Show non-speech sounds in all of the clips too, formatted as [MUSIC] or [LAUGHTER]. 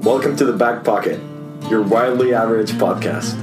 Welcome to the Back Pocket, your wildly average podcast.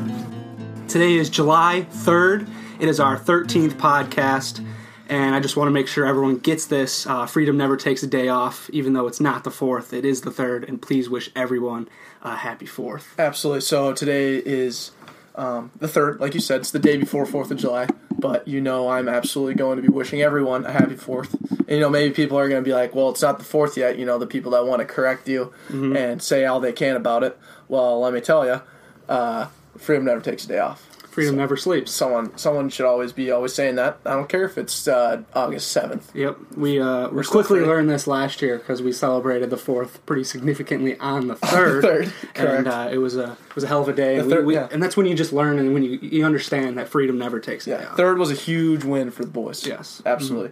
Today is July 3rd. It is our 13th podcast, and I just want to make sure everyone gets this. Uh, freedom never takes a day off, even though it's not the 4th, it is the 3rd, and please wish everyone a happy 4th. Absolutely. So today is um, the third, like you said, it's the day before Fourth of July. But you know, I'm absolutely going to be wishing everyone a happy Fourth. And you know, maybe people are going to be like, "Well, it's not the Fourth yet." You know, the people that want to correct you and say all they can about it. Well, let me tell you, uh, freedom never takes a day off. Freedom never sleeps. Someone, someone should always be always saying that. I don't care if it's uh, August seventh. Yep, we uh, we still quickly free. learned this last year because we celebrated the fourth pretty significantly on [LAUGHS] the third, third, and correct. uh, it was a it was a hell of a day. The We- third, we- yeah. And that's when you just learn and when you you understand that freedom never takes a day Yeah, off. third was a huge win for the boys. Yes. absolutely.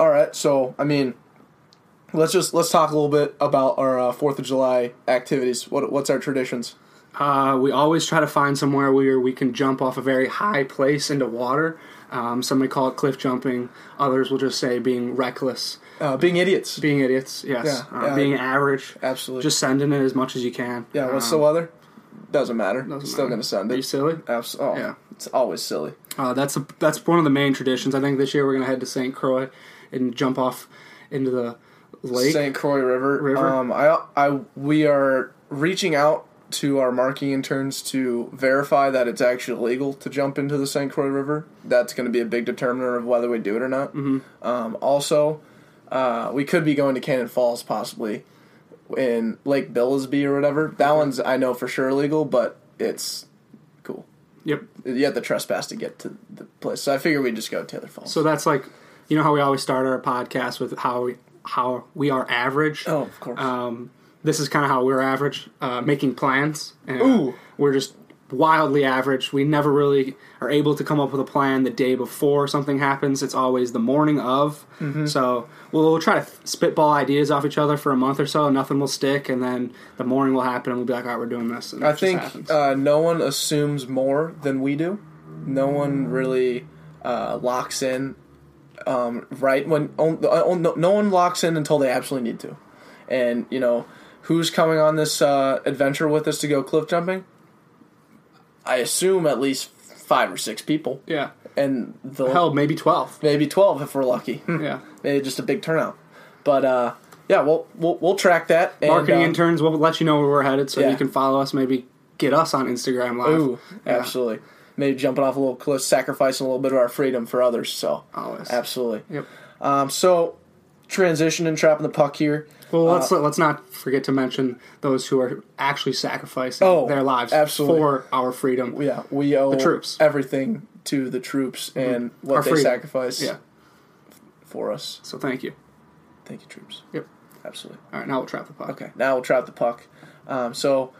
All right, so I mean, let's just let's talk a little bit about our uh, Fourth of July activities. What what's our traditions? Uh, we always try to find somewhere where we can jump off a very high place into water. Um, some may call it cliff jumping. Others will just say being reckless, Uh, being idiots. being idiots. Yes, Yeah, uh, yeah. being average. Absolutely. Just sending it as much as you can. yeah. What's Um, the weather? Doesn't matter. Still matter. gonna send Are you it. silly? Abs- oh, Yeah. It's always silly. Uh, that's a, that's one of the main traditions. I think this year we're gonna head to Saint Croix and jump off into the lake. St. Croix River. River? Um, I I we are reaching out to our marking interns to verify that it's actually legal to jump into the St. Croix River. That's going to be a big determiner of whether we do it or not. Um, also, uh, we could be going to Cannon Falls possibly in Lake Billisby or whatever. That one's I know for sure legal, but it's cool. Yep. you have to trespass to get to the place. So I figure we just go Taylor Falls. So that's like, you know how we always start our podcast with how we how we are average. oh, of course. um, this is kind of how we're average, uh, making plans. And Ooh. We're just wildly average. We never really are able to come up with a plan the day before something happens. It's always the morning of. Mm-hmm. So we'll, try to spitball ideas off each other for a month or so. Nothing will stick, and then the morning will happen, and we'll be like, "All right, we're doing this." And it I just happens. think uh, no one assumes more than we do. No one really uh, locks in um, right when on, uh, on, no, no one locks in until they absolutely need to. And you know who's coming on this uh, adventure with us to go cliff jumping? I assume at least five or six people, yeah. and the Hell, Hmm. maybe twelve. maybe twelve if we're lucky. Yeah. maybe just a big turnout. But uh, yeah, we'll, we'll we'll track that. And, Marketing uh, interns will let you know where we're headed, so yeah. you can follow us. Maybe get us on Instagram Live. Ooh, Yeah. absolutely. Maybe jumping off a little cliff, sacrificing a little bit of our freedom for others. So, Always. absolutely. Yep. Um, so, transition and trapping the puck here. Well, let's Uh, let's not forget to mention those who are actually sacrificing Oh, their lives absolutely. for our freedom. Yeah, we owe troops. Mm. everything to the troops and what Our they freedom. sacrifice Yeah. for us. So thank you. Thank you, troops. Yep. Absolutely. All right, now we'll trap the puck. Okay, now we'll trap the puck. Um, so,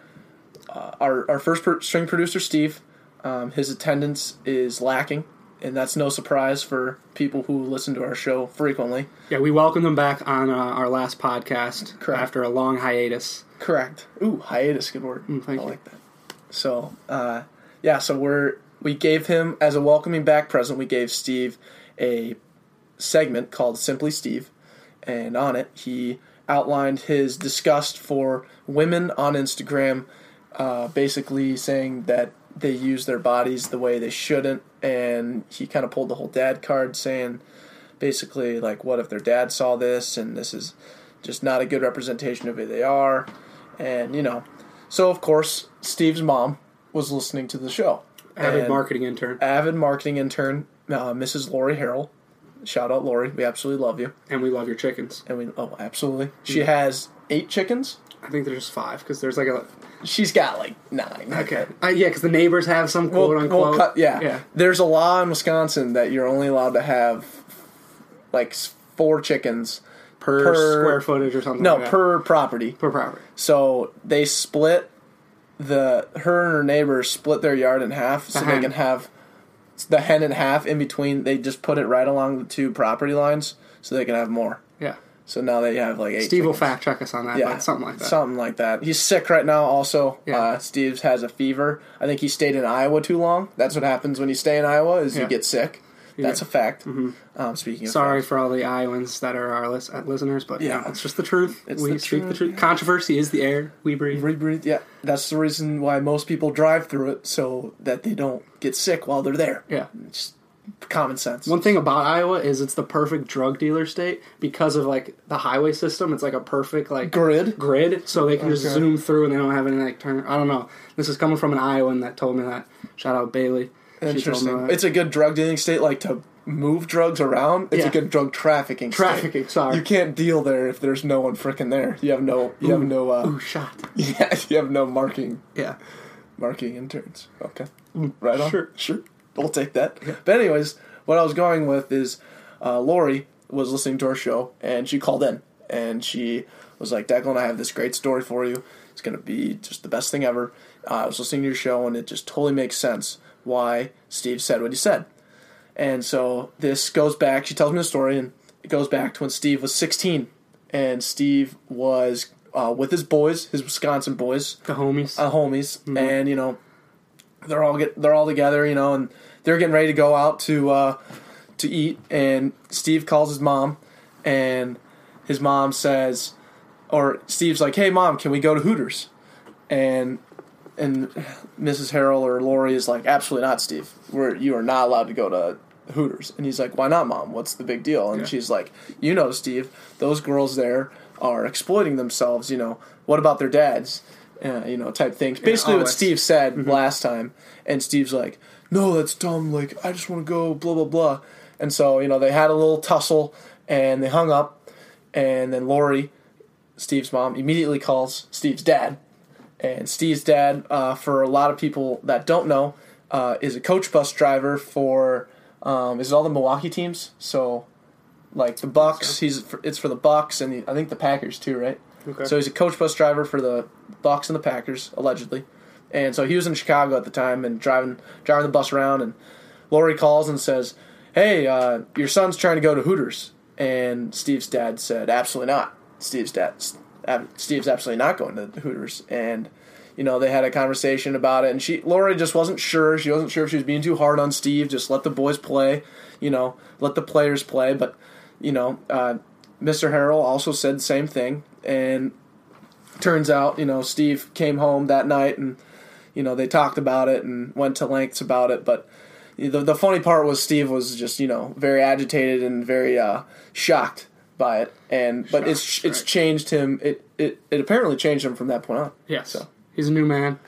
uh, our, our first pro- string producer, Steve, um, his attendance is lacking, and that's no surprise for people who listen to our show frequently. Yeah, we welcome them back on uh, our last podcast Correct. after a long hiatus. Correct. Ooh, hiatus. Good word. Mm, thank I you. like that. So, uh, yeah. So we're we gave him as a welcoming back present. We gave Steve a segment called "Simply Steve," and on it he outlined his disgust for women on Instagram, uh, basically saying that they use their bodies the way they shouldn't, and he kind of pulled the whole dad card, saying basically like, what if their dad saw this, and this is just not a good representation of who they are, and you know. So of course, Steve's mom was listening to the show. Avid And- marketing intern, avid marketing intern, uh, Mrs. Lori Harrell. Shout out Lori, we absolutely love you, and we love your chickens. and we oh absolutely. She Mm. has eight chickens. I think there's just five because there's like a She's got like nine. okay, uh, yeah, because the neighbors have some We'll- quote unquote. we'll cut- yeah. yeah, There's a law in Wisconsin that you're only allowed to have like s- four chickens per, square footage or something. No, like that. per property. per property. So they split the her and her neighbor split their yard in half so they hen. can have the hen in half in between. They just put it right along the two property lines so they can have more. Yeah, So now they have like eight. Steve will chickens. fact check us on that. but something like that. Something like that. He's sick right now. Also, Yeah. uh, Steve has a fever. I think he stayed in Iowa too long. That's what happens when you stay in Iowa: is Yeah. Mm-hmm. you get sick. That's a fact. Um, speaking of Sorry for all the Iowans that are our lis- uh, listeners, but yeah, Yeah. it's just the truth. It's we the speak the truth, truth. Controversy is the air we breathe. Rebreathe, yeah. That's the reason why most people drive through it so that they don't get sick while they're there. Yeah. Just common sense. One thing about Iowa is it's the perfect drug dealer state because of like the highway system. It's like a perfect like Grid. grid, so they can just Okay. zoom through and they don't have any like turn. I don't know. This is coming from an Iowan that told me that. Shout out Bailey. She told Interesting. me that. It's a good drug dealing state, like to move drugs around. It's Yeah. a good drug trafficking. state. Trafficking, sorry. You can't deal there if there's no one freaking there. You have no. You have no. Uh, Ooh, shot. [LAUGHS] yeah. You have no marking. Yeah. Marking interns. Okay. Right on. sure. Sure. We'll take that. But anyways, what I was going with is, uh, Lori was listening to our show and she called in and she was like, "Declan, I have this great story for you. It's gonna be just the best thing ever." Uh, I was listening to your show and it just totally makes sense why Steve said what he said. And so this goes back. She tells me the story, and it goes back to when Steve was 16, and Steve was uh, with his boys, his Wisconsin boys, The homies. uh, homies, and you know, they're all get they're all together, you know, and they're getting ready to go out to uh, to eat, and Steve calls his mom, and his mom says, or Steve's like, "Hey, mom, can we go to Hooters?" And and Mrs. Harrell or Lori is like, "Absolutely not, Steve. We're you are not allowed to go to Hooters." And he's like, "Why not, mom? What's the big deal?" And Yeah. she's like, "You know, Steve, those girls there are exploiting themselves. You know, what about their dads? Uh, you know, type things. Basically, what always. Mm-hmm. Steve said last time." And Steve's like, "No, that's dumb. Like, I just want to go. Blah blah blah." And so you know, they had a little tussle and they hung up. And then Lori, Steve's mom, immediately calls Steve's dad and Steve's dad, uh, for a lot of people that don't know, uh, is a coach bus driver for um, is it all the Milwaukee teams? So, like the Bucks, he's for, it's for the Bucks and the, I think the Packers too, right? Okay. So he's a coach bus driver for the Bucks and the Packers allegedly, and so he was in Chicago at the time and driving driving the bus around, and Lori calls and says, "Hey, uh, your son's trying to go to Hooters," and Steve's dad said, "Absolutely not." Steve's dad, ab- Steve's absolutely not going to the Hooters, and you know they had a conversation about it, and she Lori just wasn't sure. She wasn't sure if she was being too hard on Steve. Just let the boys play, you know, let the players play, but you know, uh, Mr. Harrell also said the same thing. And turns out, you know, Steve came home that night and, you know, they talked about it and went to lengths about it. But the, the funny part was Steve was just, you know, very agitated and very uh, shocked by it. And, but it's, Shocked, it's right. changed him. It, it, it apparently changed him from that point on. yes. So. He's a new man.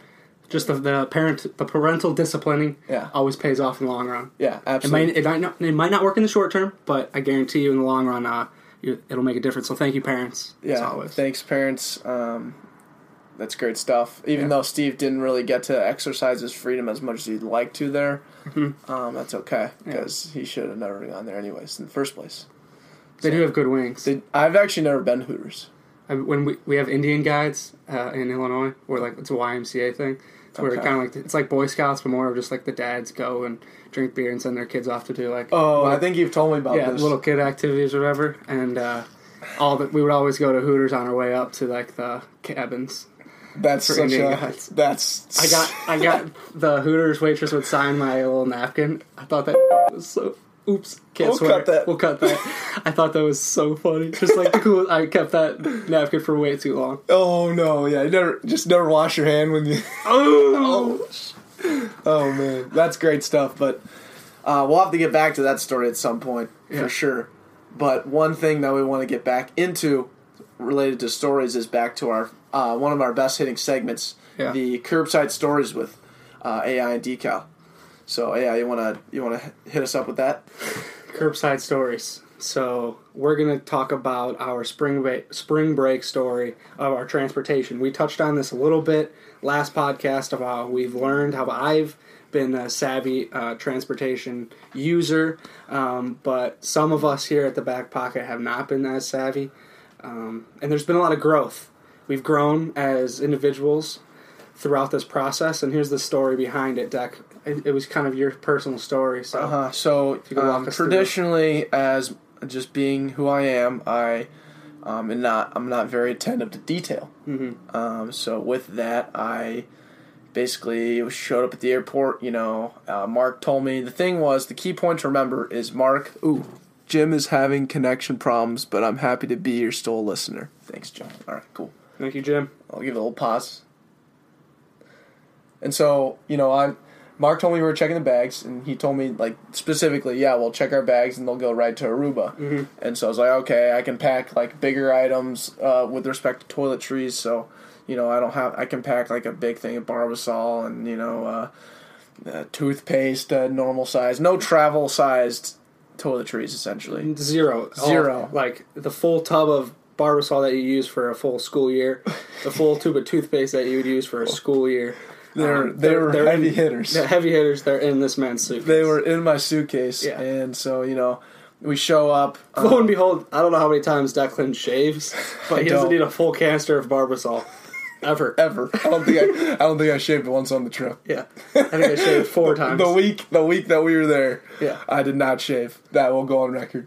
Just the, the parent, the parental disciplining Yeah. always pays off in the long run. Yeah, It absolutely. might, it, might not, it might not work in the short term, but I guarantee you in the long run, uh, you, it'll make a difference. So thank you, parents. as yeah always. thanks parents um, that's great stuff even Yeah. though steve didn't really get to exercise his freedom as much as he'd like to there Mm-hmm. um, that's okay because he should have never gone there anyways in the first place they do have good wings. Did, i've actually never been to hooters I- when we, we have Indian guides uh, in Illinois, or like it's a YMCA thing, it's where Okay. kind of like it's like Boy Scouts, but more of just like the dads go and drink beer and send their kids off to do like oh i think you've told me about yeah this little kid activities or whatever, and uh, all that we would always go to Hooters on our way up to like the cabins. that's for such Indian a guys. that's I got I got the Hooters waitress would sign my little napkin. I thought that was so. Oops, can't We'll swear. cut that. We'll cut that. I thought that was so funny. Just [LAUGHS] like the cool, I kept that napkin for way too long. oh no yeah you never just never wash your hand when you Oh, Oh man, that's great stuff. But uh, we'll have to get back to that story at some point Yeah. for sure. But one thing that we want to get back into related to stories is back to our uh, one of our best hitting segments, Yeah. the curbside stories with uh, AI and Decal. So AI, you wanna you wanna hit us up with that? curbside stories. So we're gonna talk about our spring break, spring break story of our transportation. We touched on this a little bit last podcast of how we've learned how I've been a savvy uh, transportation user, um, but some of us here at the back pocket have not been as savvy, um, and there's been a lot of growth. We've grown as individuals throughout this process, and here's the story behind it, Deck. It, it was kind of your personal story, so Uh, so you could Uh-huh. walk um, us through. traditionally, as just being who I am, I um, Mm-hmm. am not I'm not very attentive to detail. Um, so with that, I basically we showed up at the airport. You know, uh, Mark told me the thing was the key point to remember is Mark. Ooh, Jim is having connection problems, but I'm happy to be. You're still a listener. Thanks, John. All right, cool. Thank you, Jim. I'll give it a little pause. And so, you know, I'm Mark told me we were checking the bags, and he told me like specifically, yeah, we'll check our bags, and they'll go right to Aruba. And so I was like, okay, I can pack like bigger items uh, with respect to toiletries. So, you know, I don't have I can pack like a big thing of Barbasol and you know, uh, uh, toothpaste, uh, normal size, no travel sized toiletries essentially. Mm. Zero. All- Zero. like the full tub of barbasol that you use for a full school year, the [LAUGHS] full tube of toothpaste that you would use for a school year. They're Um, they were they're heavy in- hitters. The heavy hitters, they're in this man's suit. They were in my suitcase, Yeah. and so you know, we show up. uh, Lo and behold, I don't know how many times Declan [LAUGHS] shaves, but I he doesn't don't. need a full canister of Barbasol. Ever. ever. I don't think I, I don't think I shaved once on the trip. Yeah. I think I shaved four times. [LAUGHS] The week the week that we were there, Yeah. I did not shave. That will go on record.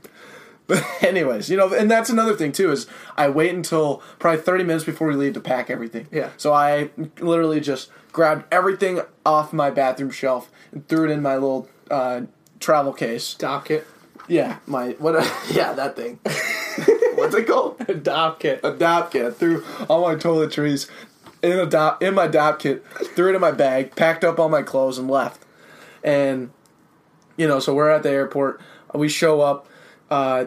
But [LAUGHS] anyways, you know, and that's another thing too is I wait until probably 30 minutes before we leave to pack everything. Yeah. So I literally just grabbed everything off my bathroom shelf and threw it in my little uh, travel case. Dock [LAUGHS] it. Yeah, my what? [LAUGHS] yeah, that thing. What's it called? Dock it. a dop kit. I threw all my toiletries in a dop in my dop kit, threw it in my bag, packed up all my clothes, and left. And you know, so we're at the airport. We show up uh,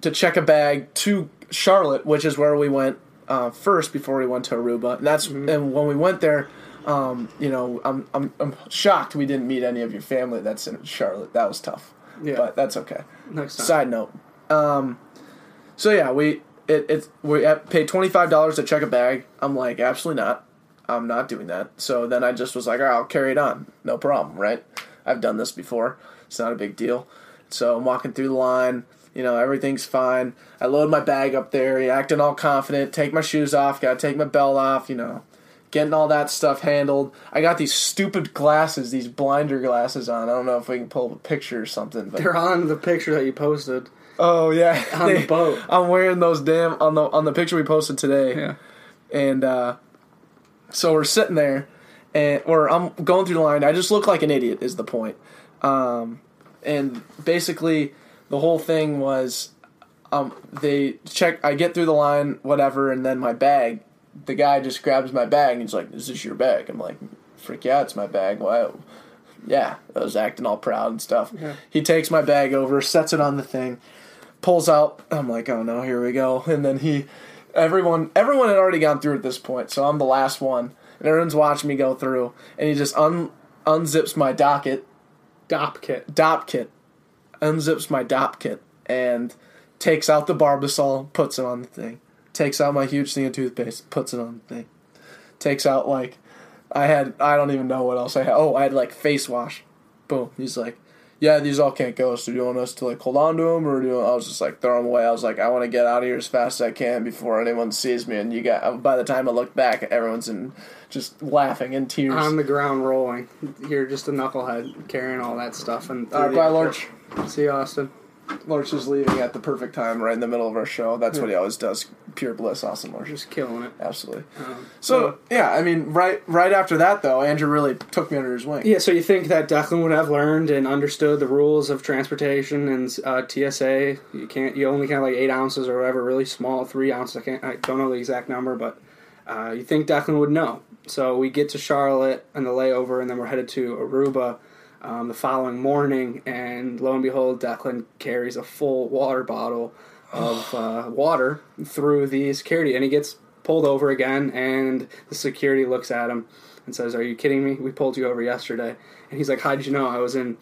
to check a bag to Charlotte, which is where we went uh, first before we went to Aruba. And that's and when we went there. Um, you know, I'm, I'm I'm shocked we didn't meet any of your family that's in Charlotte. That was tough. Yeah. But that's okay. Next time. Side note. Um, so yeah, we it, it we at- paid twenty five dollars to check a bag. I'm like, absolutely not. I'm not doing that. So then I just was like, all right, I'll carry it on. No problem, right? I've done this before. It's not a big deal. So I'm walking through the line. You know, everything's fine. I load my bag up there, you know, acting all confident. Take my shoes off. Got to take my belt off. You know, getting all that stuff handled. I got these stupid glasses, these blinder glasses on. I don't know if we can pull up a picture or something. But They're on the picture that you posted. Oh yeah, [LAUGHS] On [LAUGHS] the boat. I'm wearing those damn on the on the picture we posted today. And uh, so we're sitting there, and or I'm going through the line. I just look like an idiot is the point. Um, and basically, the whole thing was, um, they check. I get through the line, whatever, and then my bag. The guy just grabs my bag and he's like, "Is this your bag?" I'm like, "Freak yeah, it's my bag." Why? Yeah, I was acting all proud and stuff. He takes my bag over, sets it on the thing, pulls out. I'm like, oh no, here we go. [LAUGHS] And then he, everyone, everyone had already gone through at this point, so I'm the last one, and everyone's watching me go through. And he just un unzips my docket, Dock it. dop kit, unzips my dop kit, and takes out the barbasol, puts it on the thing. Takes out my huge thing of toothpaste, puts it on the thing. Takes out like, I had I don't even know what else I had. Oh, I had like face wash. Boom. He's like, yeah, these all can't go. So do you want us to like hold on to them, or do you want, I was just like throw them away. I was like, I want to get out of here as fast as I can before anyone sees me. And you got by the time I look back, everyone's in just laughing in tears. On the ground rolling. You're just a knucklehead carrying all that stuff. And all right, bye, Lurch. See you, Austin. Lurch is leaving at the perfect time, right in the middle of our show. That's what he always does. Pure bliss, awesome Lurch. Just killing it. Absolutely. Um, so yeah, I mean, right right after that though, Andrew really took me under his wing. Yeah, so you think that Declan would have learned and understood the rules of transportation and uh, TSA? You can't, you only count like eight ounces or whatever, really small, three ounces. I can't, I don't know the exact number, but uh, you think Declan would know? So we get to Charlotte and the layover, and then we're headed to Aruba um, the following morning, and lo and behold, Declan carries a full water bottle of uh, water through the security, and he gets pulled over again, and the security looks at him and says, "Are you kidding me? We pulled you over yesterday." And he's like, "How did you know I was in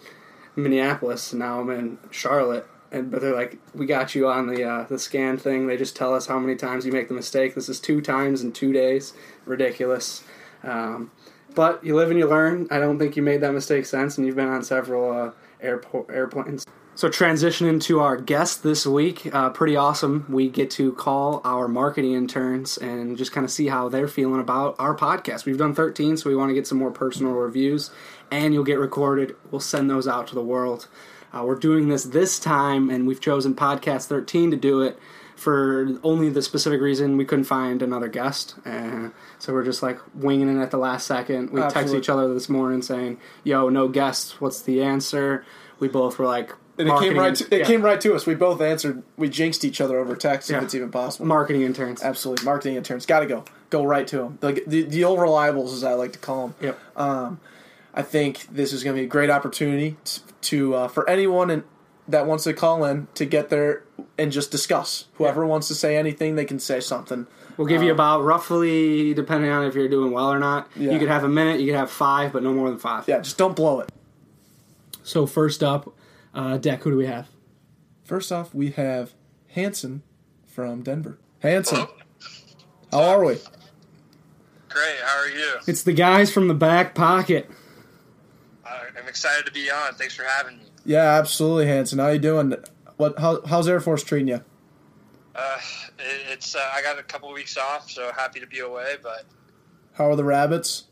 Minneapolis? And now I'm in Charlotte." And but they're like, "We got you on the uh, the scan thing. They just tell us how many times you make the mistake. This is two times in two days. Ridiculous." Um, but you live and you learn. I don't think you made that mistake since, and you've been on several uh, airport airplanes. So transitioning to our guest this week, uh, pretty awesome. We get to call our marketing interns and just kind of see how they're feeling about our podcast. We've done 13, so we want to get some more personal reviews, and you'll get recorded. We'll send those out to the world. Uh, we're doing this this time, and we've chosen Podcast 13 to do it for only the specific reason we couldn't find another guest. Uh, so we're just like winging it at the last second. We text Absolutely. each other this morning saying, "Yo, no guests. What's the answer?" We both were like, And it came marketing- right. To, it yeah, came right to us. We both answered. We jinxed each other over text Yeah. if it's even possible. marketing interns. Absolutely, marketing interns got to go. Go right to them. Like the, the old reliables, as I like to call them. Yep. I think this is going to be a great opportunity t- to uh, for anyone in, that wants to call in to get there and just discuss. Whoever wants to say anything, they can say something. We'll give you about roughly, depending on if you're doing well or not. Yeah. You could have a minute, you could have five, but no more than five. Yeah, just don't blow it. So first up, uh, Deck, who do we have? First off, we have Hanson from Denver. Hanson, how are we? Great. How are you? It's the guys from the back pocket. I- I'm excited to be on. Thanks for having me. Yeah, absolutely, Hanson. How you doing? What? How, how's Air Force treating you? Uh, it- it's uh, I got a couple weeks off, so happy to be away. But [SIGHS] How are the rabbits?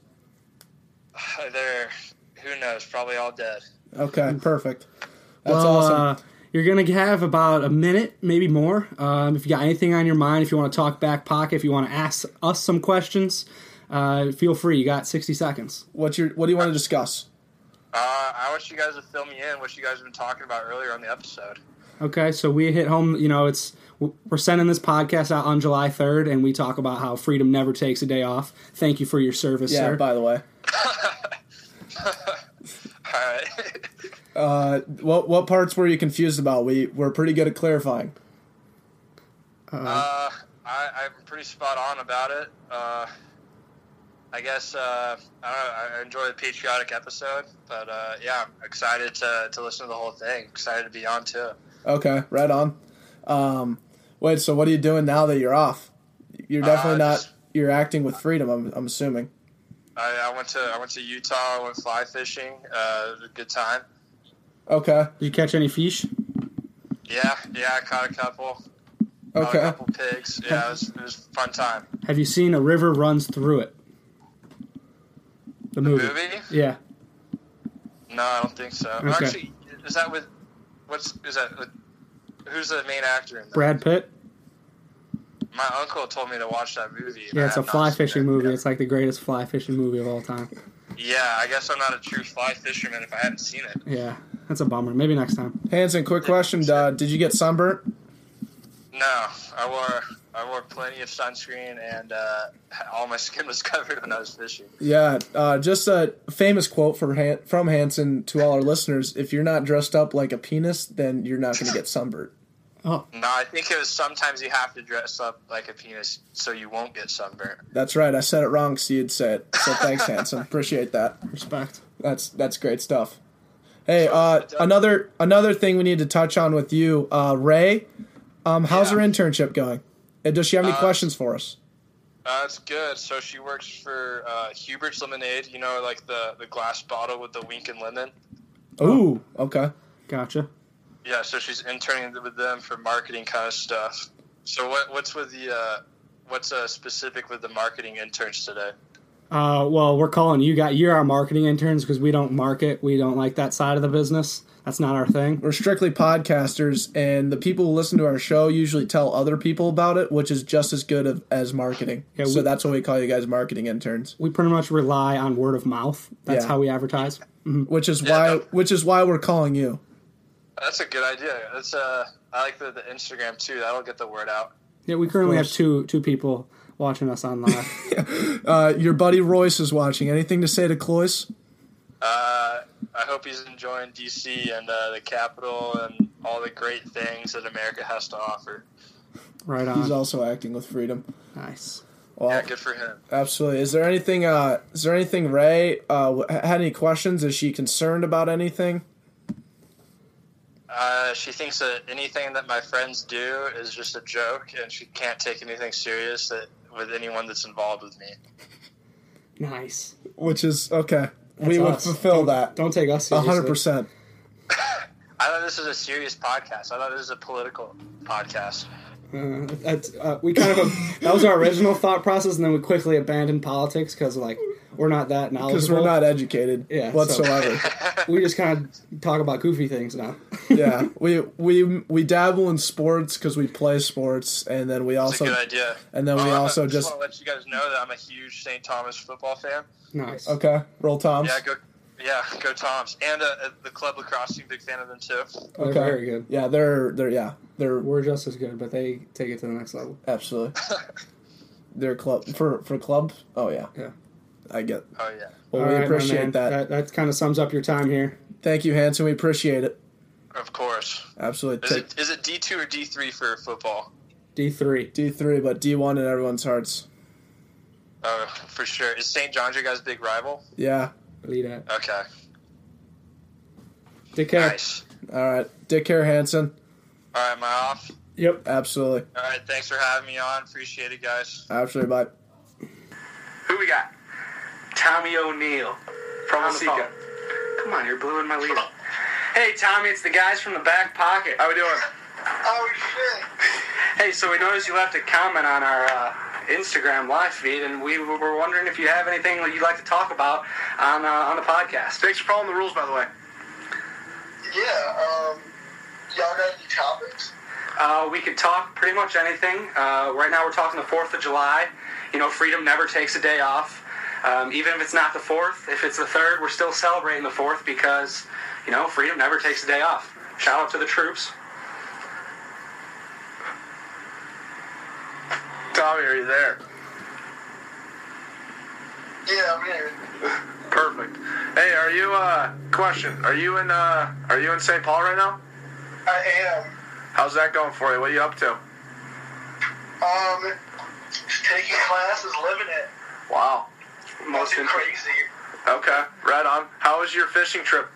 they're who knows, probably all dead. Okay, perfect. That's Well, awesome. uh, you're gonna have about a minute, maybe more. Um, if you got anything on your mind, if you want to talk back pocket, if you want to ask us some questions, uh, feel free. You got 60 seconds. What's your? What do you want to discuss? Uh, I want you guys to fill me in what you guys have been talking about earlier on the episode. [LAUGHS] Okay, so we hit home. You know, it's we're sending this podcast out on July 3rd, and we talk about how freedom never takes a day off. Thank you for your service, Yeah. sir. By the way, All right. uh, what what parts were you confused about? We we're pretty good at clarifying. uh, I, I'm pretty spot on about it. Uh, I guess uh, I don't know. I enjoy the patriotic episode, but uh, yeah, I'm excited to to listen to the whole thing. Excited to be on too. Okay, right on. Um, wait, so what are you doing now that you're off? You're definitely Uh, not. just- You're acting with freedom. I'm, I'm assuming. I, I went to I went to Utah. I went fly fishing. Uh, it was a good time. Okay. Did you catch any fish? Yeah, yeah. I caught a couple. Caught a Okay. couple pigs. Yeah, it was, it was a fun time. Have you seen A River Runs Through It? The movie. Movie? Yeah. No, I don't think so. Okay. Actually, is that with what's is that? With, who's the main actor in that? Brad Pitt? My uncle told me to watch that movie. and I Yeah, it's a have not fly seen fishing it. movie. It's like the greatest fly fishing movie of all time. Yeah, I guess I'm not a true fly fisherman if I hadn't seen it. Yeah, that's a bummer. Maybe next time. Hanson, quick question. Uh, did you get sunburnt? No, I wore I wore plenty of sunscreen and uh, [LAUGHS] all my skin was [LAUGHS] covered when I was fishing. Yeah. Uh, just a famous quote for Han- from Hanson to all our listeners: If you're not dressed up like a penis, then you're not going to get sunburnt. Oh, No, I think it was sometimes you have to dress up like a penis so you won't get sunburned. That's right. I said it wrong, so you'd say it. So thanks, Hanson. Appreciate that. respect. That's that's great stuff. Hey, uh, another another thing we need to touch on with you, uh, Ray. Um, how's Yeah. her internship going? And does she have any questions for us? Uh, it's good. So she works for uh, Hubert's Lemonade. You know, like the the glass bottle with the wink and lemon. Ooh, okay. Gotcha. Yeah, so she's interning with them for marketing kind of stuff. So what what's with the uh, what's uh, specific with the marketing interns today? Uh, well, we're calling you got you're our marketing interns because we don't market. We don't like that side of the business. That's not our thing. We're strictly podcasters, and the people who listen to our show usually tell other people about it, which is just as good of, as marketing. Yeah, so we- that's why we call you guys marketing interns, We pretty much rely on word of mouth. That's Yeah. how we advertise. which is why no. which is why we're calling you. That's a good idea. That's uh, I like the, the Instagram too. That'll get the word out. Yeah, we currently have course. two two people watching us on [LAUGHS] live. Uh, your buddy Royce is watching. Anything to say to Cloyce? Uh, I hope he's enjoying DC and uh, the Capitol and all the great things that America has to offer. right He's on. also acting with freedom. nice. Well, Yeah, good for him. Absolutely. Is there anything? Uh, is there anything Ray uh, wh- had any questions? Is she concerned about anything? Uh, she thinks that anything that my friends do is just a joke, and she can't take anything serious that with anyone that's involved with me. Nice. Which is okay. we That's would us. fulfill Don't- that Don't take us a seriously. hundred percent. I thought this was a serious podcast. I thought this was a political podcast. Uh, that's, uh, we kind of that was our original thought process, and then we quickly abandoned politics because like we're not [LAUGHS] that knowledgeable. because we're not educated Yeah, so- whatsoever. [LAUGHS] We just kind of talk about goofy things now. [LAUGHS] yeah, we we we dabble in sports because we play sports, and then we That's also a good idea. and then Oh, we I'm- also just just want to let you guys know that I'm a huge St. Thomas football fan. nice. okay roll toms. Yeah, go. Yeah, go Toms. And uh, uh, the club lacrosse team, big fan of them too. They're okay, very good. Yeah, they're they're yeah they're We're just as good, but they take it to the next level. absolutely [LAUGHS] they're club for for clubs. Oh yeah, Yeah. I get. Oh yeah. Well, All we right, my man. appreciate that. That, kind of sums up your time here. Thank you, Hanson. We appreciate it. Of course. Absolutely. Is Take it, is it D two or D three for football? D three. D three, but D one in everyone's hearts. Oh, for sure. Is St. John's your guys' big rival? Yeah. Lead at. Okay. Take care. Nice. All right. Dick care, Hanson. All right, am I off? Yep. Absolutely. All right, thanks for having me on. Appreciate it, guys. Absolutely. Bye. Who we got? Tommy O'Neill from Waseca. Come on, you're blowing my lead. Hey, Tommy, it's the guys from the back pocket. How we doing? Oh shit. Hey, so we noticed you left a comment on our uh, Instagram live feed, and we were wondering if you have anything that you'd like to talk about on uh, on the podcast. Thanks for following the rules, by the way. Yeah. Um. Y'all got any topics? Uh, we could talk pretty much anything. Uh, right now, we're talking the Fourth of July. You know, freedom never takes a day off. Um, even if it's not the fourth, if it's the third, we're still celebrating the fourth because, you know, freedom never takes a day off. Shout out to the troops. Tommy, are you there? Yeah, I'm here. Perfect. Hey, are you? Uh, question: Are you in? Uh, are you in St. Paul right now? I am. How's that going for you? What are you up to? Um, taking classes, living it. Wow. Most Nothing interesting. crazy. Okay, right on. How was your fishing trip?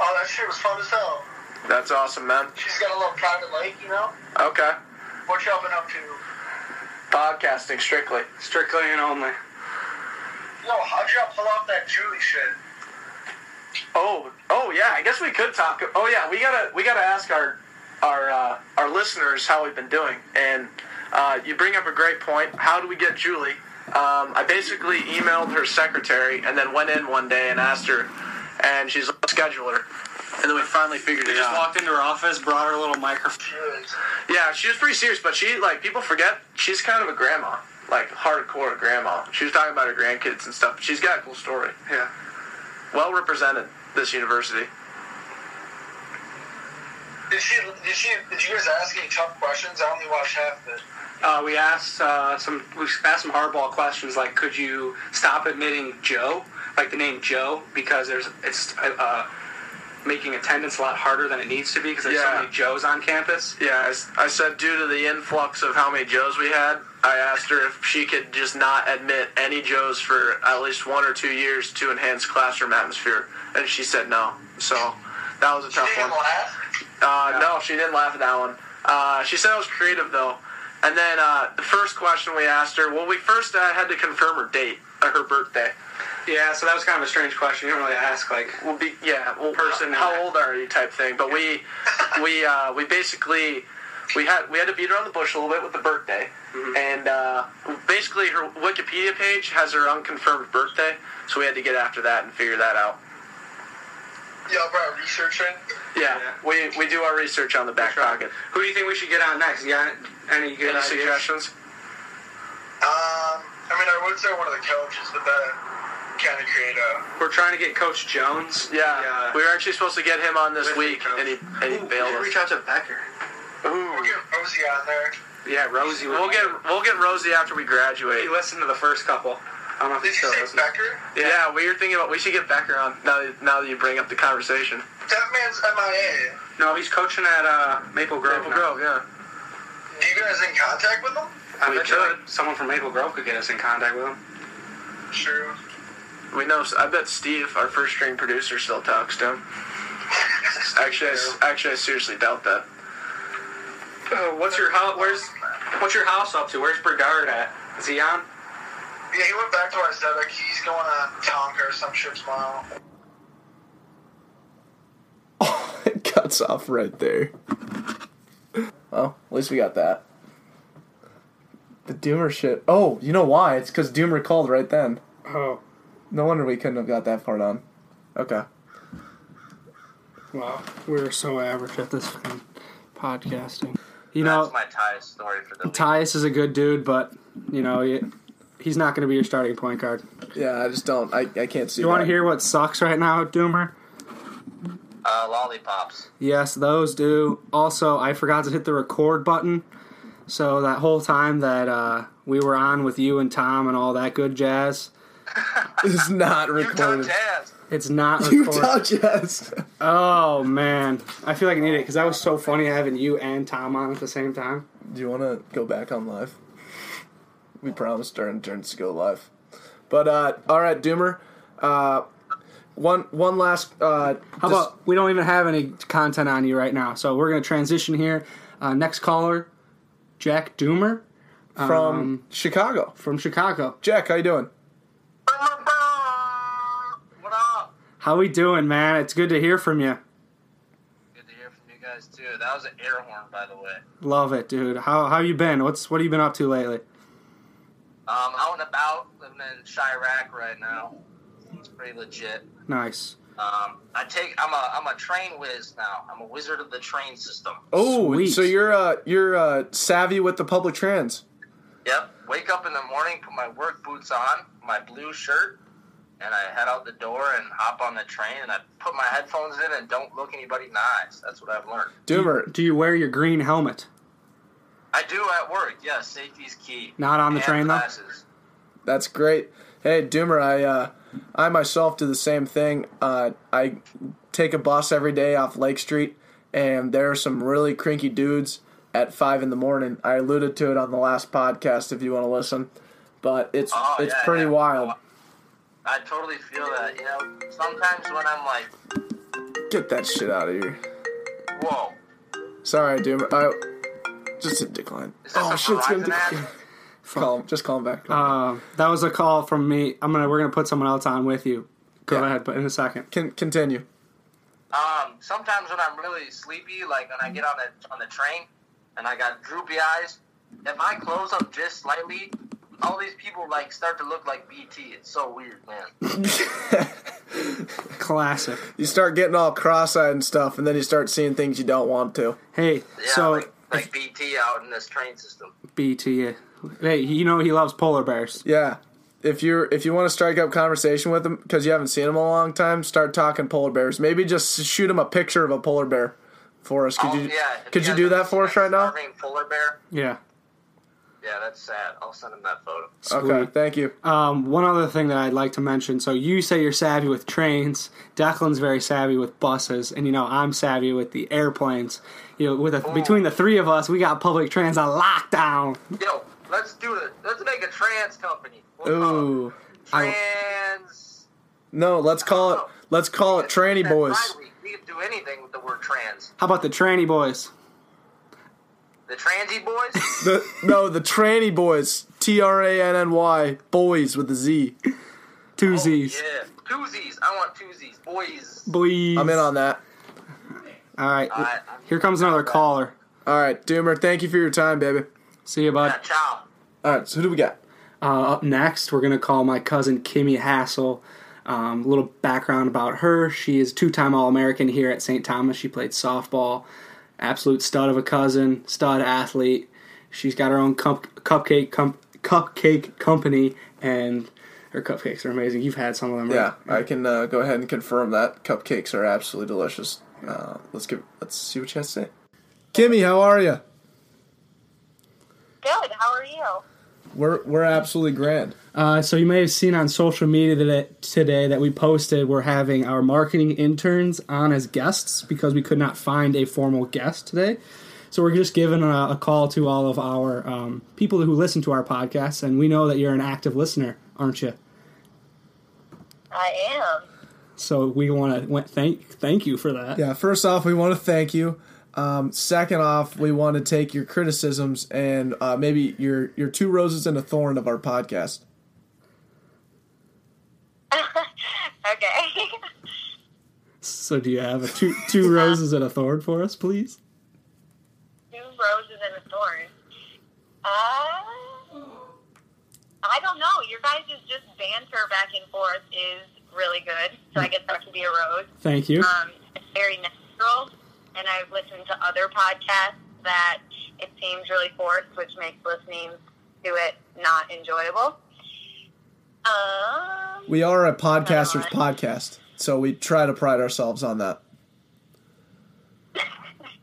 Oh, that shit was fun as hell. That's awesome, man. She's got a little private lake, you know? Okay. What y'all been up to? Podcasting strictly. Strictly and only. Yo, how'd y'all pull off that Julie shit? Oh, oh yeah. I guess we could talk. Oh yeah, we gotta we gotta ask our our uh, our listeners how we've been doing. And uh, you bring up a great point. How do we get Julie? Um, I basically emailed her secretary and then went in one day and asked her, and she's like, scheduled her. And then we finally figured it out. into her office, brought her little microphone. Julie's. Yeah, she was pretty serious, but she like people forget she's kind of a grandma, like hardcore grandma. She was talking about her grandkids and stuff. But she's got a cool story. Yeah, well represented this university. Did she, did she, did you guys ask any tough questions? I only watched half of it. Uh, we asked uh, some we asked some hardball questions like, could you stop admitting Joe, like the name Joe, because there's it's uh, making attendance a lot harder than it needs to be because there's so Yeah. many Joes on campus. Yeah, I s- I, said due to the influx of how many Joes we had, I asked her if she could just not admit any Joes for at least one or two years to enhance classroom atmosphere, and she said no. So that was a She tough didn't one. laugh? Uh, no, she didn't laugh at that one. Uh, she said I was creative though. And then uh, the first question we asked her, well, we first uh, had to confirm her date, uh, her birthday. Yeah, so that was kind of a strange question. You don't really ask like Well, be, yeah, well, Person- person, how old are you type thing. [LAUGHS] But we, we, uh, we basically, we had we had to beat around the bush a little bit with the birthday, Mm-hmm. and uh, basically her Wikipedia page has her unconfirmed birthday, so we had to get after that and figure that out. Y'all brought researching? Yeah, Yeah. we we do our research on the back pocket. Who do you think we should get on next? You got any good Any ideas? suggestions? Um, I mean, I would say one of the coaches, but that kind of created a... We're trying to get Coach Jones. Yeah, we were actually supposed to get him on this With week, the- and he and he bailed us. out to Becker. We're getting Rosie on there. Yeah, Rosie. would We'll be- get we'll get Rosie after we graduate. He listened to the first couple. I don't know if he Did you still say listens. Becker? Yeah, we were thinking about we should get Becker on now. that- Now that you bring up the conversation, That man's MIA. No, he's coaching at uh, Maple Grove. Maple now. Grove, yeah. Do you guys in contact with him? I We bet you, could. like, someone from Maple Grove could get us in contact with him. Sure. We know. I bet Steve, our first string producer, still talks to him. Actually, I, s- actually, I seriously doubt that. Uh, what's your house? Where's what's your house up to? Where's Brigard at? Is he on? Yeah, he went back to our setup. He's going on Tonka or some shit tomorrow. [LAUGHS] it cuts off right there. Well, at least we got that. The Doomer shit. Oh, you know why? It's because Doomer called right then. Oh, No wonder we couldn't have got that part on. Okay. wow. We're so average at this fucking podcasting. You know, That's my Ty story for the week. Tyus is a good dude, but, you know, he, he's not going to be your starting point guard. Yeah, I just don't. I, I can't see. You want that. to hear what sucks right now, Doomer? Uh, lollipops. Yes, those do. Also, I forgot to hit the record button. So that whole time that uh, we were on with you and Tom and all that good jazz, It's not You don't recorded. jazz. it's not [LAUGHS] You recorded. don't yes. Oh man, I feel like an idiot because that was so funny having you and Tom on at the same time. [LAUGHS] Do you want to go back on live? We promised our interns to go live. But uh, all right, Doomer. Uh, one one last. Uh, How about we don't even have any content on you right now, so we're gonna transition here. Uh, next caller, Jack Doomer from um, Chicago? from Chicago. Jack, how you doing? What up? How we doing, man? It's good to hear from you. Good to hear from you guys too. That was an air horn, by the way. Love it, dude. How how you been? What's what have you been up to lately? Um, out and about, living in Chirac right now. It's pretty legit. Nice. Um, I take. I'm a. I'm a train whiz now. I'm a wizard of the train system. Oh, Sweet. so you're uh, you're uh, savvy with the public trans. Yep. Wake up in the morning, put my work boots on, my blue shirt, and I head out the door and hop on the train. And I put my headphones in and don't look anybody in the eyes. That's what I've learned. Doomer. Do you wear your green helmet? I do at work. Yes, safety's key. Not on the And train, though? glasses. That's great. Hey, Doomer, I uh, I myself do the same thing. Uh, I take a bus every day off Lake Street, and there are some really cranky dudes at five in the morning. I alluded to it on the last podcast if you want to listen, but it's Oh, it's yeah, pretty yeah. wild. I totally feel that. You know, sometimes when I'm like, Get that shit out of here. whoa. Sorry, Doomer. I just hit decline. Oh, Is Oh, this a Verizon ad? Call him. Just call him back. Um, that was a call from me. I'm gonna we're gonna put someone else on with you. Go Yeah. ahead, but in a second. Can continue. Um, sometimes when I'm really sleepy, like when I get on the on the train and I got droopy eyes, if I close them just slightly, all these people like start to look like BT. It's so weird, man. Classic. You start getting all cross-eyed and stuff, and then you start seeing things you don't want to. Hey, Yeah, so like, like BT out in this train system. BT. Hey, you know he loves polar bears. Yeah. If you are if you want to strike up conversation with them because you haven't seen them in a long time, start talking polar bears. Maybe just shoot them a picture of a polar bear for us. Could I'll- you Oh, yeah, if could you guys do ever that see for my us right now? starving polar bear. Yeah. Yeah, that's sad. I'll send him that photo. Okay, thank you. Um, one other thing that I'd like to mention. So you say you're savvy with trains. Declan's very savvy with buses, and you know I'm savvy with the airplanes. You know, with a, Oh. between the three of us, we got public trans on lockdown. Yo, let's do it. Let's make a trans company. We'll call it Ooh. I- Trans. No, let's call it let's call it tranny That's boys. right, we- We can do anything with the word trans. How about the tranny boys? The transy boys. [LAUGHS] The, no, the tranny boys. T R A N N Y boys with a Z. Two Oh, Z's. yeah. Twosies. I want twosies. Boys. Boys. I'm in on that. All right. All right, I'm- Here comes another caller. All right, Doomer, thank you for your time, baby. See you, bud. Yeah, ciao. All right, so who do we got? Uh, up next, we're going to call my cousin Kimmy Hassel. Um, a little background about her. She is two time All American here at St. Thomas. She played softball. Absolute stud of a cousin, stud athlete. She's got her own cup- cupcake com- cupcake company, and her cupcakes are amazing. You've had some of them, Yeah, right? I can uh, go ahead and confirm that cupcakes are absolutely delicious. Uh, let's give let's see what you have to say. Kimmy, how are you? Good. How are you? We're we're absolutely grand. Uh, so you may have seen on social media that today that we posted we're having our marketing interns on as guests because we could not find a formal guest today. So we're just giving a, a call to all of our um, people who listen to our podcast, and we know that you're an active listener, aren't you? I am. So we want to thank thank you for that. Yeah. First off, we want to thank you. Um, second off, we want to take your criticisms and uh, maybe your your two roses and a thorn of our podcast. Okay. [LAUGHS] So do you have a two two roses and a thorn for us, please? Two roses and a thorn. Uh, I don't know. Your guys' just banter back and forth is really good. So I guess that could be a road. Thank you. Um, it's very natural, and I've listened to other podcasts that it seems really forced, which makes listening to it not enjoyable. Um, We are a podcasters podcast, so we try to pride ourselves on that.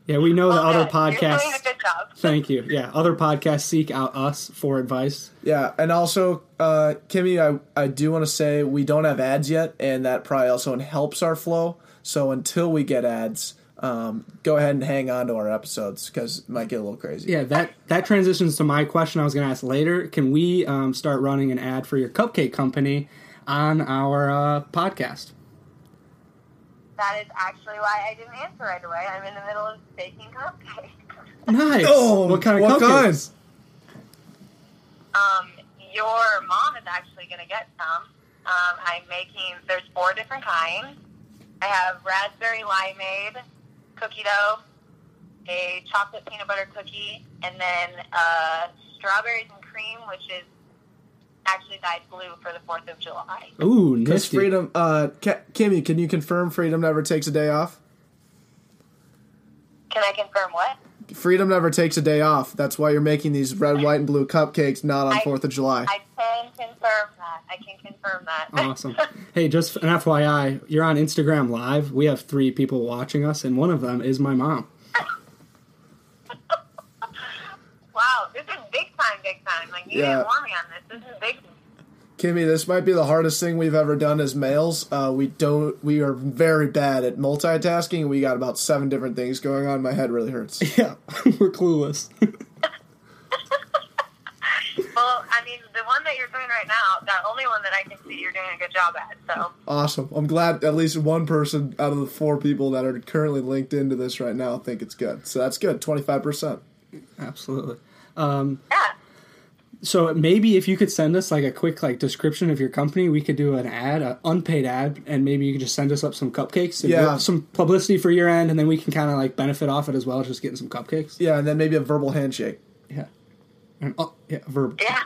Yeah, we know that well, other good. You're doing podcasts. a good job. Thank you. Yeah, other podcasts seek out us for advice. Yeah, and also, uh, Kimmy, I, I do want to say we don't have ads yet, and that probably also helps our flow. So until we get ads, um, go ahead and hang on to our episodes because it might get a little crazy. Yeah, that that transitions to my question I was going to ask later. Can we um, start running an ad for your cupcake company on our uh, podcast? That is actually why I didn't answer right away. I'm in the middle of baking cupcakes. [LAUGHS] Nice. Oh, what kind of cupcakes? kinds? Um, your mom is actually going to get some. Um, I'm making, there's four different kinds. I have raspberry limeade, cookie dough, a chocolate peanut butter cookie, and then uh, strawberries and cream, which is actually dyed blue for the 4th of July. Ooh, Because nifty. Freedom, uh, Ca- Kimmy, can you confirm Freedom never takes a day off? Can I confirm what? Freedom never takes a day off. That's why you're making these red, white, and blue cupcakes not on I- 4th of July. I can confirm that. I can confirm that. Awesome. Hey, just an FYI, you're on Instagram Live. We have three people watching us, and one of them is my mom. wow, this is big time, big time. Like, you Yeah. didn't warn me on this. This is big Kimmy, this might be the hardest thing we've ever done as males. Uh, we don't, we are very bad at multitasking. We got about seven different things going on. My head really hurts. Yeah, [LAUGHS] we're clueless. Well, I mean, the one that you're doing right now, the only one that I can see you're doing a good job at. So, Awesome. I'm glad at least one person out of the four people that are currently linked into this right now think it's good. So that's good. Twenty five percent. Absolutely. yeah. So maybe if you could send us like a quick like description of your company, we could do an ad, an unpaid ad, and maybe you could just send us up some cupcakes. and Yeah. Some publicity for your end, and then we can kind of like benefit off it as well, just getting some cupcakes. Yeah, and then maybe a verbal handshake. Yeah. And, oh, yeah. Verbal. Yeah.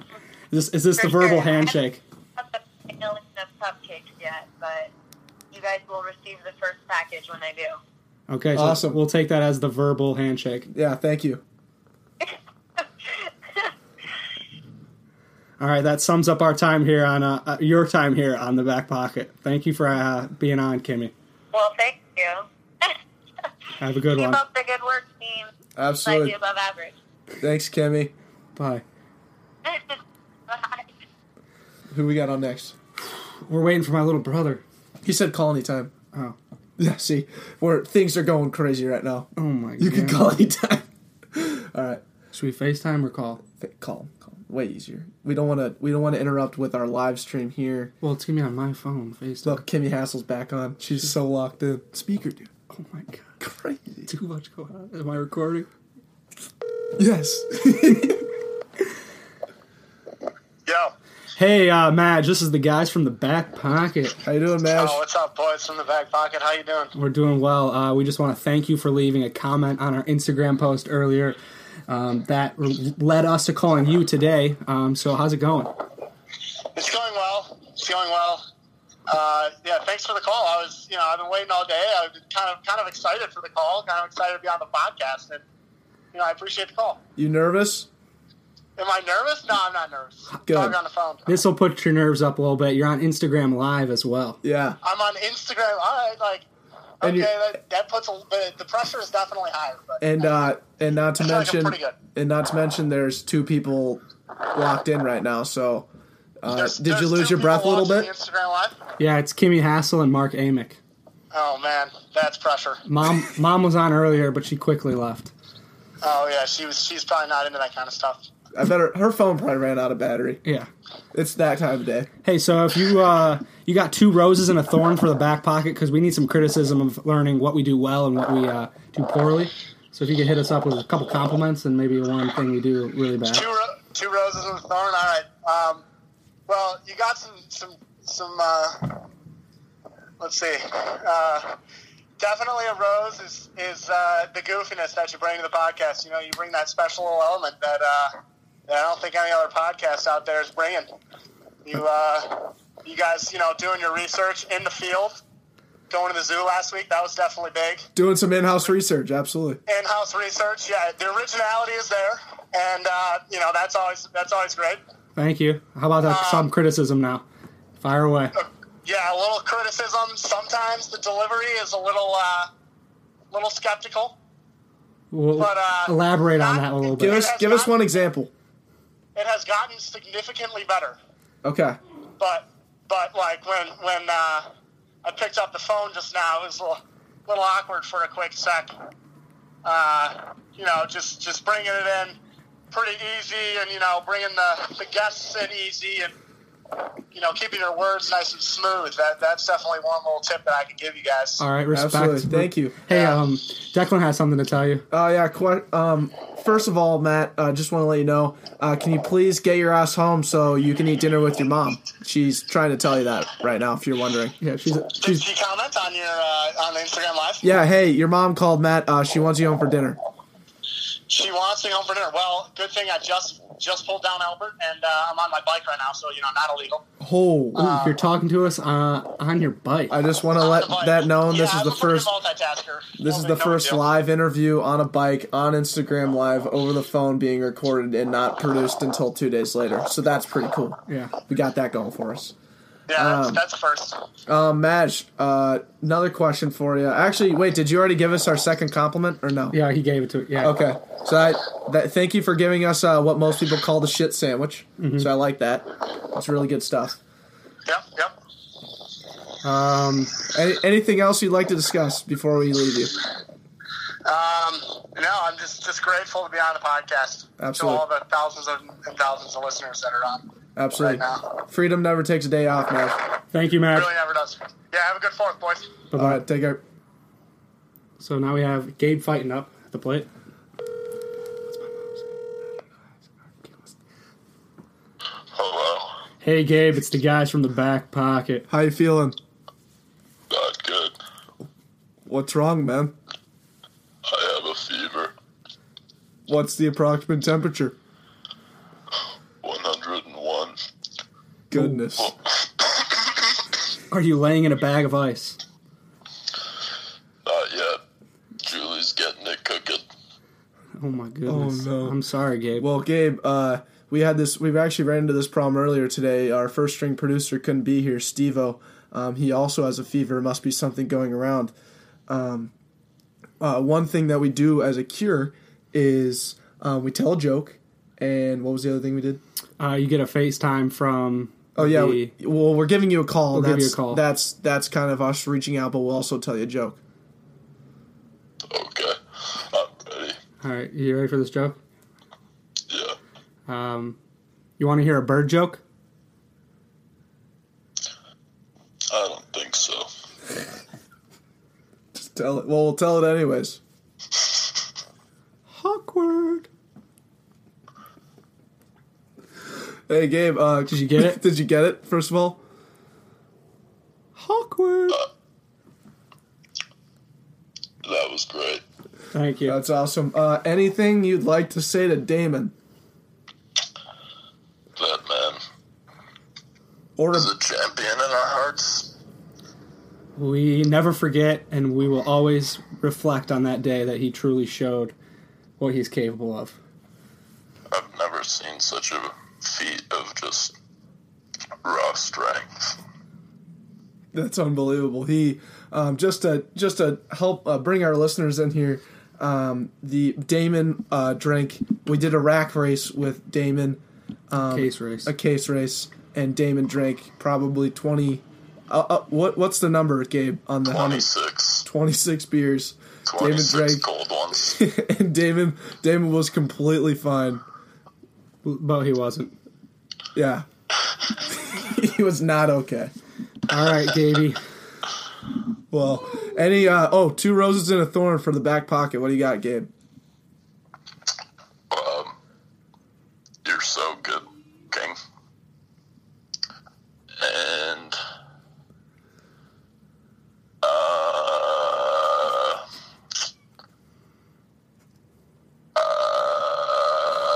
Is this, is this the For sure. verbal handshake? I haven't eaten enough cupcakes yet, but you guys will receive the first package when I do. Okay. So Awesome. We'll take that as the verbal handshake. Yeah, thank you. All right, that sums up our time here on uh, uh, your time here on the back pocket. Thank you for uh, being on, Kimmy. Well, thank you. [LAUGHS] Have a good Keep one. up the good work, team. Absolutely. Slightly above average. [LAUGHS] Thanks, Kimmy. Bye. Bye. Who we got on next? We're waiting for my little brother. He said call anytime. Oh, [LAUGHS] Yeah, see, where things are going crazy right now. oh my god. You can call anytime. All right. Should we Facetime or call? Fa- Call him. Call him. Way easier. We don't want to. We don't want to interrupt with our live stream here. Well, it's gonna be on my phone. Facetime. Look, Kimmy Hassel's back on. She's so locked in. Speaker, dude. Oh my god, Crazy. too much going on. Am I recording? Yes. Yo, Hey, uh, Madge, this is the guys from the back pocket. [LAUGHS] How you doing, Mash? oh, what's up, boys from the back pocket? How you doing? We're doing well. Uh, we just want to thank you for leaving a comment on our Instagram post earlier. Um, that r- led us to calling you today. Um, so how's it going? It's going well. It's going well. Uh, yeah, thanks for the call. I was, you know, I've been waiting all day. I've been kind of, kind of excited for the call. Kind of excited to be on the podcast, and you know, I appreciate the call. You nervous? Am I nervous? No, I'm not nervous. Good. Talk on the phone. This will put your nerves up a little bit. You're on Instagram Live as well. Yeah. I'm on Instagram. All right, like, And okay, you- that, that puts a, the, the pressure is definitely higher. But And uh and not to I feel like I'm mention pretty good. and not to mention there's two people locked in right now. So uh, There's- did you there's lose two your breath a people little watching bit? the Instagram live. Yeah, it's Kimmy Hassel and Mark Amick. Oh man, that's pressure. Mom, [LAUGHS] mom was on earlier, but she quickly left. Oh yeah, she was. She's probably not into that kind of stuff. I better her phone probably ran out of battery. Yeah. It's that time of day. Hey, so if you uh, you got two roses and a thorn for the back pocket, because we need some criticism of learning what we do well and what we uh, do poorly. So if you could hit us up with a couple compliments and maybe one thing we do really bad. two ro- two roses and a thorn. All right. Um, well, you got some some some. Uh, let's see. Uh, definitely a rose is is uh, the goofiness that you bring to the podcast. You know, you bring that special little element that uh, I don't think any other podcast out there is bringing. You, uh, you guys, you know, doing your research in the field, going to the zoo last week. That was definitely big. Doing some in-house research, absolutely. In-house research, yeah. The originality is there, and uh, you know that's always that's always great. Thank you. How about that? some criticism now. Fire away. uh, Yeah, a little criticism. Sometimes the delivery is a little, uh, little skeptical. We'll but, uh, elaborate on that a little Give bit. us give us one example. It has gotten significantly better. Okay. but but like when when uh, I picked up the phone just now, it was a little, little awkward for a quick sec. Uh, you know, just just bringing it in pretty easy, and you know, bringing the, the guests in easy, and you know, keeping your words nice and smooth. That that's definitely one little tip that I could give you guys. All right, respect. Absolutely. Thank you. Hey, um, Declan has something to tell you. Oh yeah. Quite, um, first of all, Matt, uh, just want to let you know. Uh, can you please get your ass home so you can eat dinner with your mom? She's trying to tell you that right now. If you're wondering. Yeah, she's Did she's she comment on your uh, on the Instagram live? Yeah. Hey, your mom called Matt. Uh, she wants you home for dinner. She wants me home for dinner. Well, good thing I just just pulled down Albert, and uh, I'm on my bike right now, so you know, not illegal. Oh. Ooh, you're talking to us uh, on your bike. I just want to let On the bike. that known. Yeah, This is I'm the a pretty first. multitasker. This is Don't the make no first deal. live interview on a bike on Instagram Live over the phone being recorded and not produced until two days later. So that's pretty cool. Yeah. We got that going for us. Yeah, that's, Um, that's a first. Uh, Madge, uh, another question for you. Actually, wait, did you already give us our second compliment or no? Yeah, he gave it to Yeah. Okay. So I, that, thank you for giving us uh, what most people call the shit sandwich. So I like that. It's really good stuff. Yep, yep. Um, Any, anything else you'd like to discuss before we leave you? Um, no, I'm just just grateful to be on the podcast. Absolutely. To all the thousands of, and thousands of listeners that are on. Absolutely. Right now. Freedom never takes a day off, Madge. thank you, Matt. Really never does. Yeah, have a good fourth, boys. Bye All bye. right, take care. So now we have Gabe fighting up at the plate. Hello. Hey, Gabe, it's the guys from the back pocket. How you feeling? Not good. What's wrong, man? I have a fever. What's the approximate temperature? 101. Goodness. Are you laying in a bag of ice? Not yet. Julie's getting it cooking. Oh my goodness. no. I'm sorry, Gabe. Well, Gabe, uh, we had this. We've actually ran into this problem earlier today. Our first string producer couldn't be here, Stevo. Um, he also has a fever. Must be something going around. Um, uh, one thing that we do as a cure is um, we tell a joke. And what was the other thing we did? uh, you get a FaceTime from. Oh yeah. the- We, well, we're giving you a call. We'll give you that's, a call. That's that's kind of us reaching out, but we'll also tell you a joke. Okay. I'm ready. All right, you ready for this joke? Yeah. Um, you want to hear a bird joke? I don't think so. Just tell it. Well, we'll tell it anyways. [LAUGHS] Awkward. Hey, Gabe. Uh, Did you get it? [LAUGHS] did you get it? First of all. Awkward. That was great. Thank you. That's awesome. Uh, anything you'd like to say to Damon That man or is to a champion in our hearts. We never forget, and we will always reflect on that day that he truly showed what he's capable of. I've never seen such a feat of just raw strength. That's unbelievable. He um, just to just to help uh, bring our listeners in here. Um, the Damon uh, drank. We did a rack race with Damon, Um, Case race. a case race, and Damon drank probably twenty. Uh, uh, what what's the number, Gabe? On the hundred 26. twenty six beers. Damon 26 drank, cold ones. [LAUGHS] and Damon Damon was completely fine. But he wasn't. Yeah, [LAUGHS] he was not okay. All right, Gaby. Well, any uh oh, two roses and a thorn for the back pocket. What do you got, Gabe? You're so good, King. And uh,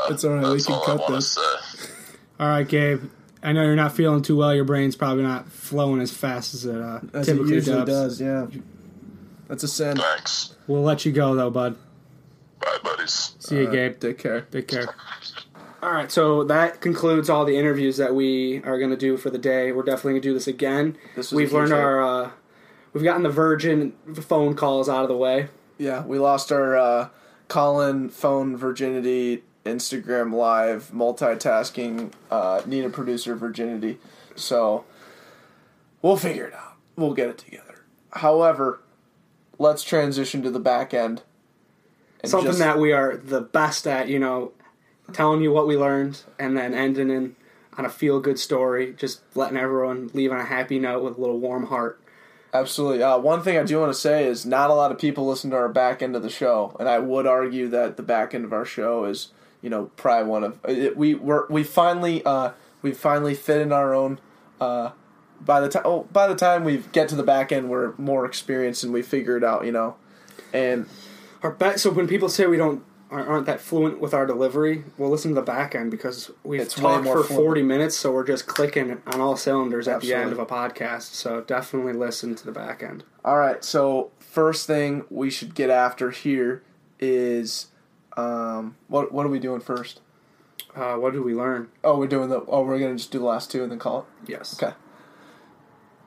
That's all right. That's we can all I cut want to this. say. All right, Gabe. I know you're not feeling too well. Your brain's probably not flowing as fast as it uh, As it typically usually does. does. Yeah. That's a sin. Thanks. We'll let you go though, bud. Bye, buddies. See you, Gabe. Take care. Take care. All right, so that concludes all the interviews that we are going to do for the day. We're definitely going to do this again. This was a we've huge learned our, uh, we've gotten the Virgin phone calls out of the way. Yeah, we lost our uh, Colin phone virginity, Instagram live, multitasking, uh, need a producer virginity. So we'll figure it out. We'll get it together. However, let's transition to the back end. And Something just- that we are the best at, you know, telling you what we learned and then ending in on a feel good story, just letting everyone leave on a happy note with a little warm heart. Absolutely. Uh, one thing I do want to say is not a lot of people listen to our back end of the show, and I would argue that the back end of our show is, you know, probably one of it, we were we finally uh, we finally fit in our own. Uh, by the time oh, by the time we get to the back end, we're more experienced and we figure it out, you know. And Our bet. So when people say we don't aren't aren't that fluent with our delivery, we'll listen to the back end because we've It's way talked more for fluent. forty minutes, so we're just clicking on all cylinders at the end of Absolutely. a podcast. So definitely listen to the back end. all right, so first thing we should get after here is um, what what are we doing first? Uh, what did we learn? Oh, we're doing the oh, we're gonna just do the last two and then call it. Yes. Okay.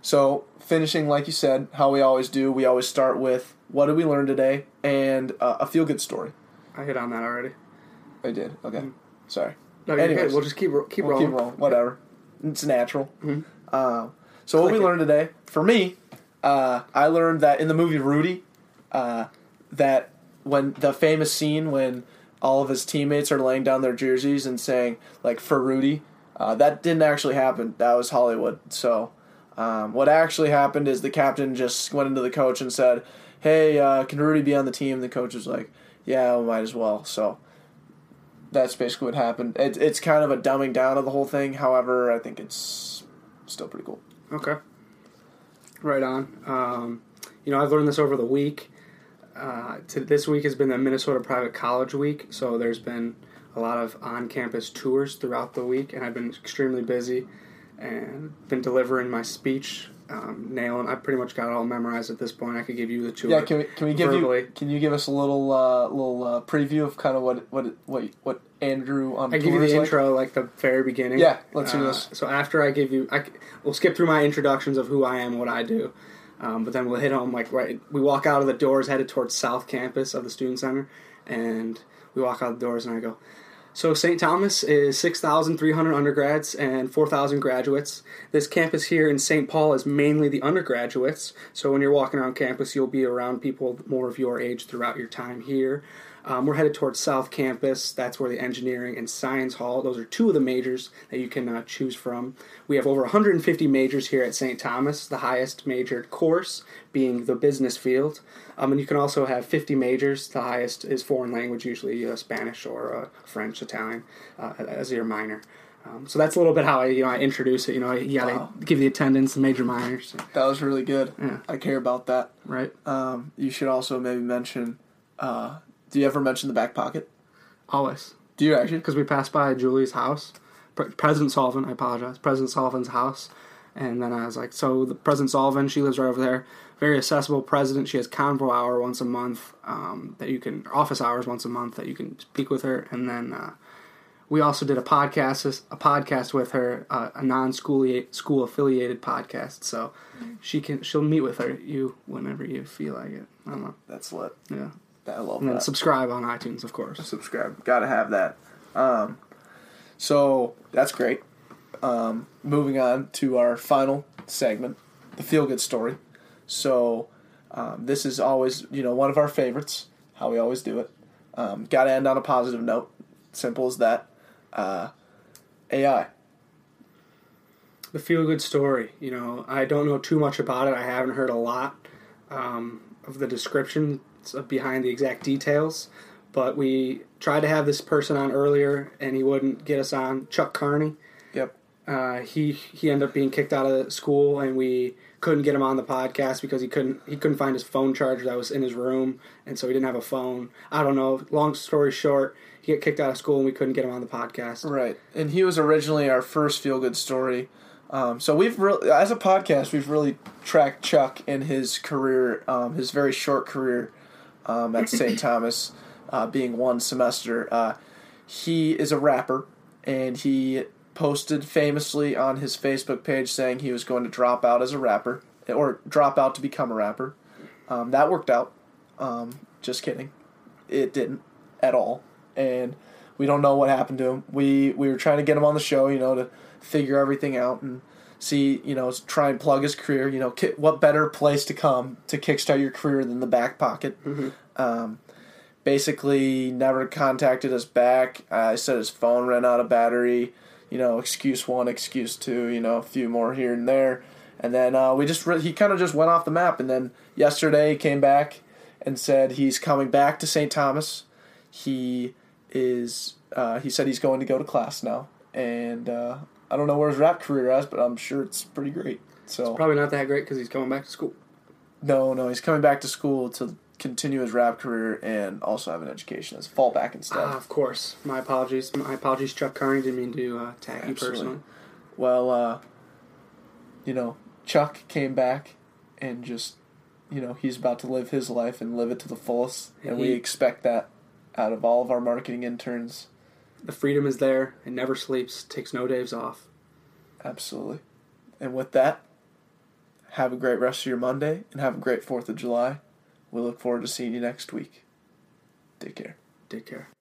So, finishing, like you said, how we always do, we always start with what did we learn today and uh, a feel good story. I hit on that already. I did. Okay. Sorry. Mm-hmm. No, you're Anyways. good. We'll just keep ro- keep We'll rolling. Mm-hmm. keep rolling. Whatever. It's natural. Uh, so, what we Click it. learned today, for me, uh, I learned that in the movie Rudy, uh, that when the famous scene when all of his teammates are laying down their jerseys and saying, like, for Rudy, uh, that didn't actually happen. That was Hollywood. So, Um, what actually happened is the captain just went into the coach and said, "Hey, uh, can Rudy be on the team?" The coach was like, "Yeah, we might as well." So that's basically what happened. It, it's kind of a dumbing down of the whole thing. However, I think it's still pretty cool. Okay. Right on. Um, you know, I've learned this over the week. Uh, to, this week has been the Minnesota Private College Week, so there's been a lot of on-campus tours throughout the week, and I've been extremely busy and been delivering my speech, um, nailing. I pretty much got it all memorized at this point. I could give you the tour. Yeah, can we can we give verbally. you can you give us a little uh, little uh, preview of kind of what what what what Andrew on I give you tour is the like? intro, like the very beginning. Yeah, let's do Uh, this. So after I give you, I c- we'll skip through my introductions of who I am, what I do, um, but then we'll hit home. Like right, we walk out of the doors headed towards South Campus of the Student Center, and we walk out the doors, and I go. So St. Thomas is 6,300 undergrads and 4,000 graduates. This campus here in St. Paul is mainly the undergraduates. So when you're walking around campus, you'll be around people more of your age throughout your time here. Um, we're headed towards South Campus. That's where the engineering and science hall. Those are two of the majors that you can uh, choose from. We have over 150 majors here at St. Thomas. The highest majored course being the business field, um, and you can also have 50 majors. The highest is foreign language, usually uh, Spanish or uh, French, Italian, uh, as your minor. Um, so that's a little bit how I you know I introduce it. You know you gotta give the attendance the major minors, That was really good. I care about that. right? Um, you should also maybe mention. Uh, do you ever mention the back pocket? Always. Do you actually? because we passed by Julie's house, Pre- President Sullivan. I apologize, President Sullivan's house. And then I was like, so the President Sullivan, she lives right over there. Very accessible president. She has convo hour once a month um, that you can office hours once a month that you can speak with her. And then uh, we also did a podcast a podcast with her, uh, a non school school affiliated podcast. So she can she'll meet with her you whenever you feel like it. I don't know. That's lit. Yeah. I love And then that. subscribe on iTunes, of course. subscribe. Gotta have that. Um, so that's great. Um, moving on to our final segment, the feel good story. So um, this is always you know one of our favorites. How we always do it. Um, gotta end on a positive note. Simple as that. Uh, AI. the feel good story. You know, I don't know too much about it. I haven't heard a lot um, of the description behind the exact details, but we tried to have this person on earlier, and he wouldn't get us on. Chuck Carney. Yep. uh, he he ended up being kicked out of school, and we couldn't get him on the podcast because he couldn't he couldn't find his phone charger that was in his room, and so he didn't have a phone. I don't know. Long story short, he got kicked out of school, and we couldn't get him on the podcast. Right, and he was originally our first feel good story. Um, so we've really, as a podcast, we've really tracked Chuck in his career, um, his very short career um, at St. Thomas, uh, being one semester. Uh, he is a rapper, and he posted famously on his Facebook page saying he was going to drop out as a rapper or drop out to become a rapper. Um, that worked out. Um, just kidding, it didn't at all, and we don't know what happened to him. We we were trying to get him on the show, you know, to figure everything out and see, you know, try and plug his career. You know, ki- what better place to come to kickstart your career than the back pocket? Um, basically, never contacted us back. I said his phone ran out of battery. You know, excuse one, excuse two. You know, a few more here and there, and then uh, we just re- he kind of just went off the map. And then yesterday he came back and said he's coming back to St. Thomas. He is uh, he said he's going to go to class now, and uh, I don't know where his rap career is, but I'm sure it's pretty great. So Probably not that great because he's coming back to school. no, no, he's coming back to school to continue his rap career and also have an education as a fallback and stuff. Ah, of course, my apologies. My apologies, Chuck Carney. Didn't mean to uh, attack you Absolutely. personally. Well, uh, you know, Chuck came back and just, you know, he's about to live his life and live it to the fullest, and we He- expect that out of all of our marketing interns. The freedom is there. It never sleeps. Takes no days off. Absolutely. And with that, have a great rest of your Monday and have a great 4th of July. We look forward to seeing you next week. Take care. Take care. Oh,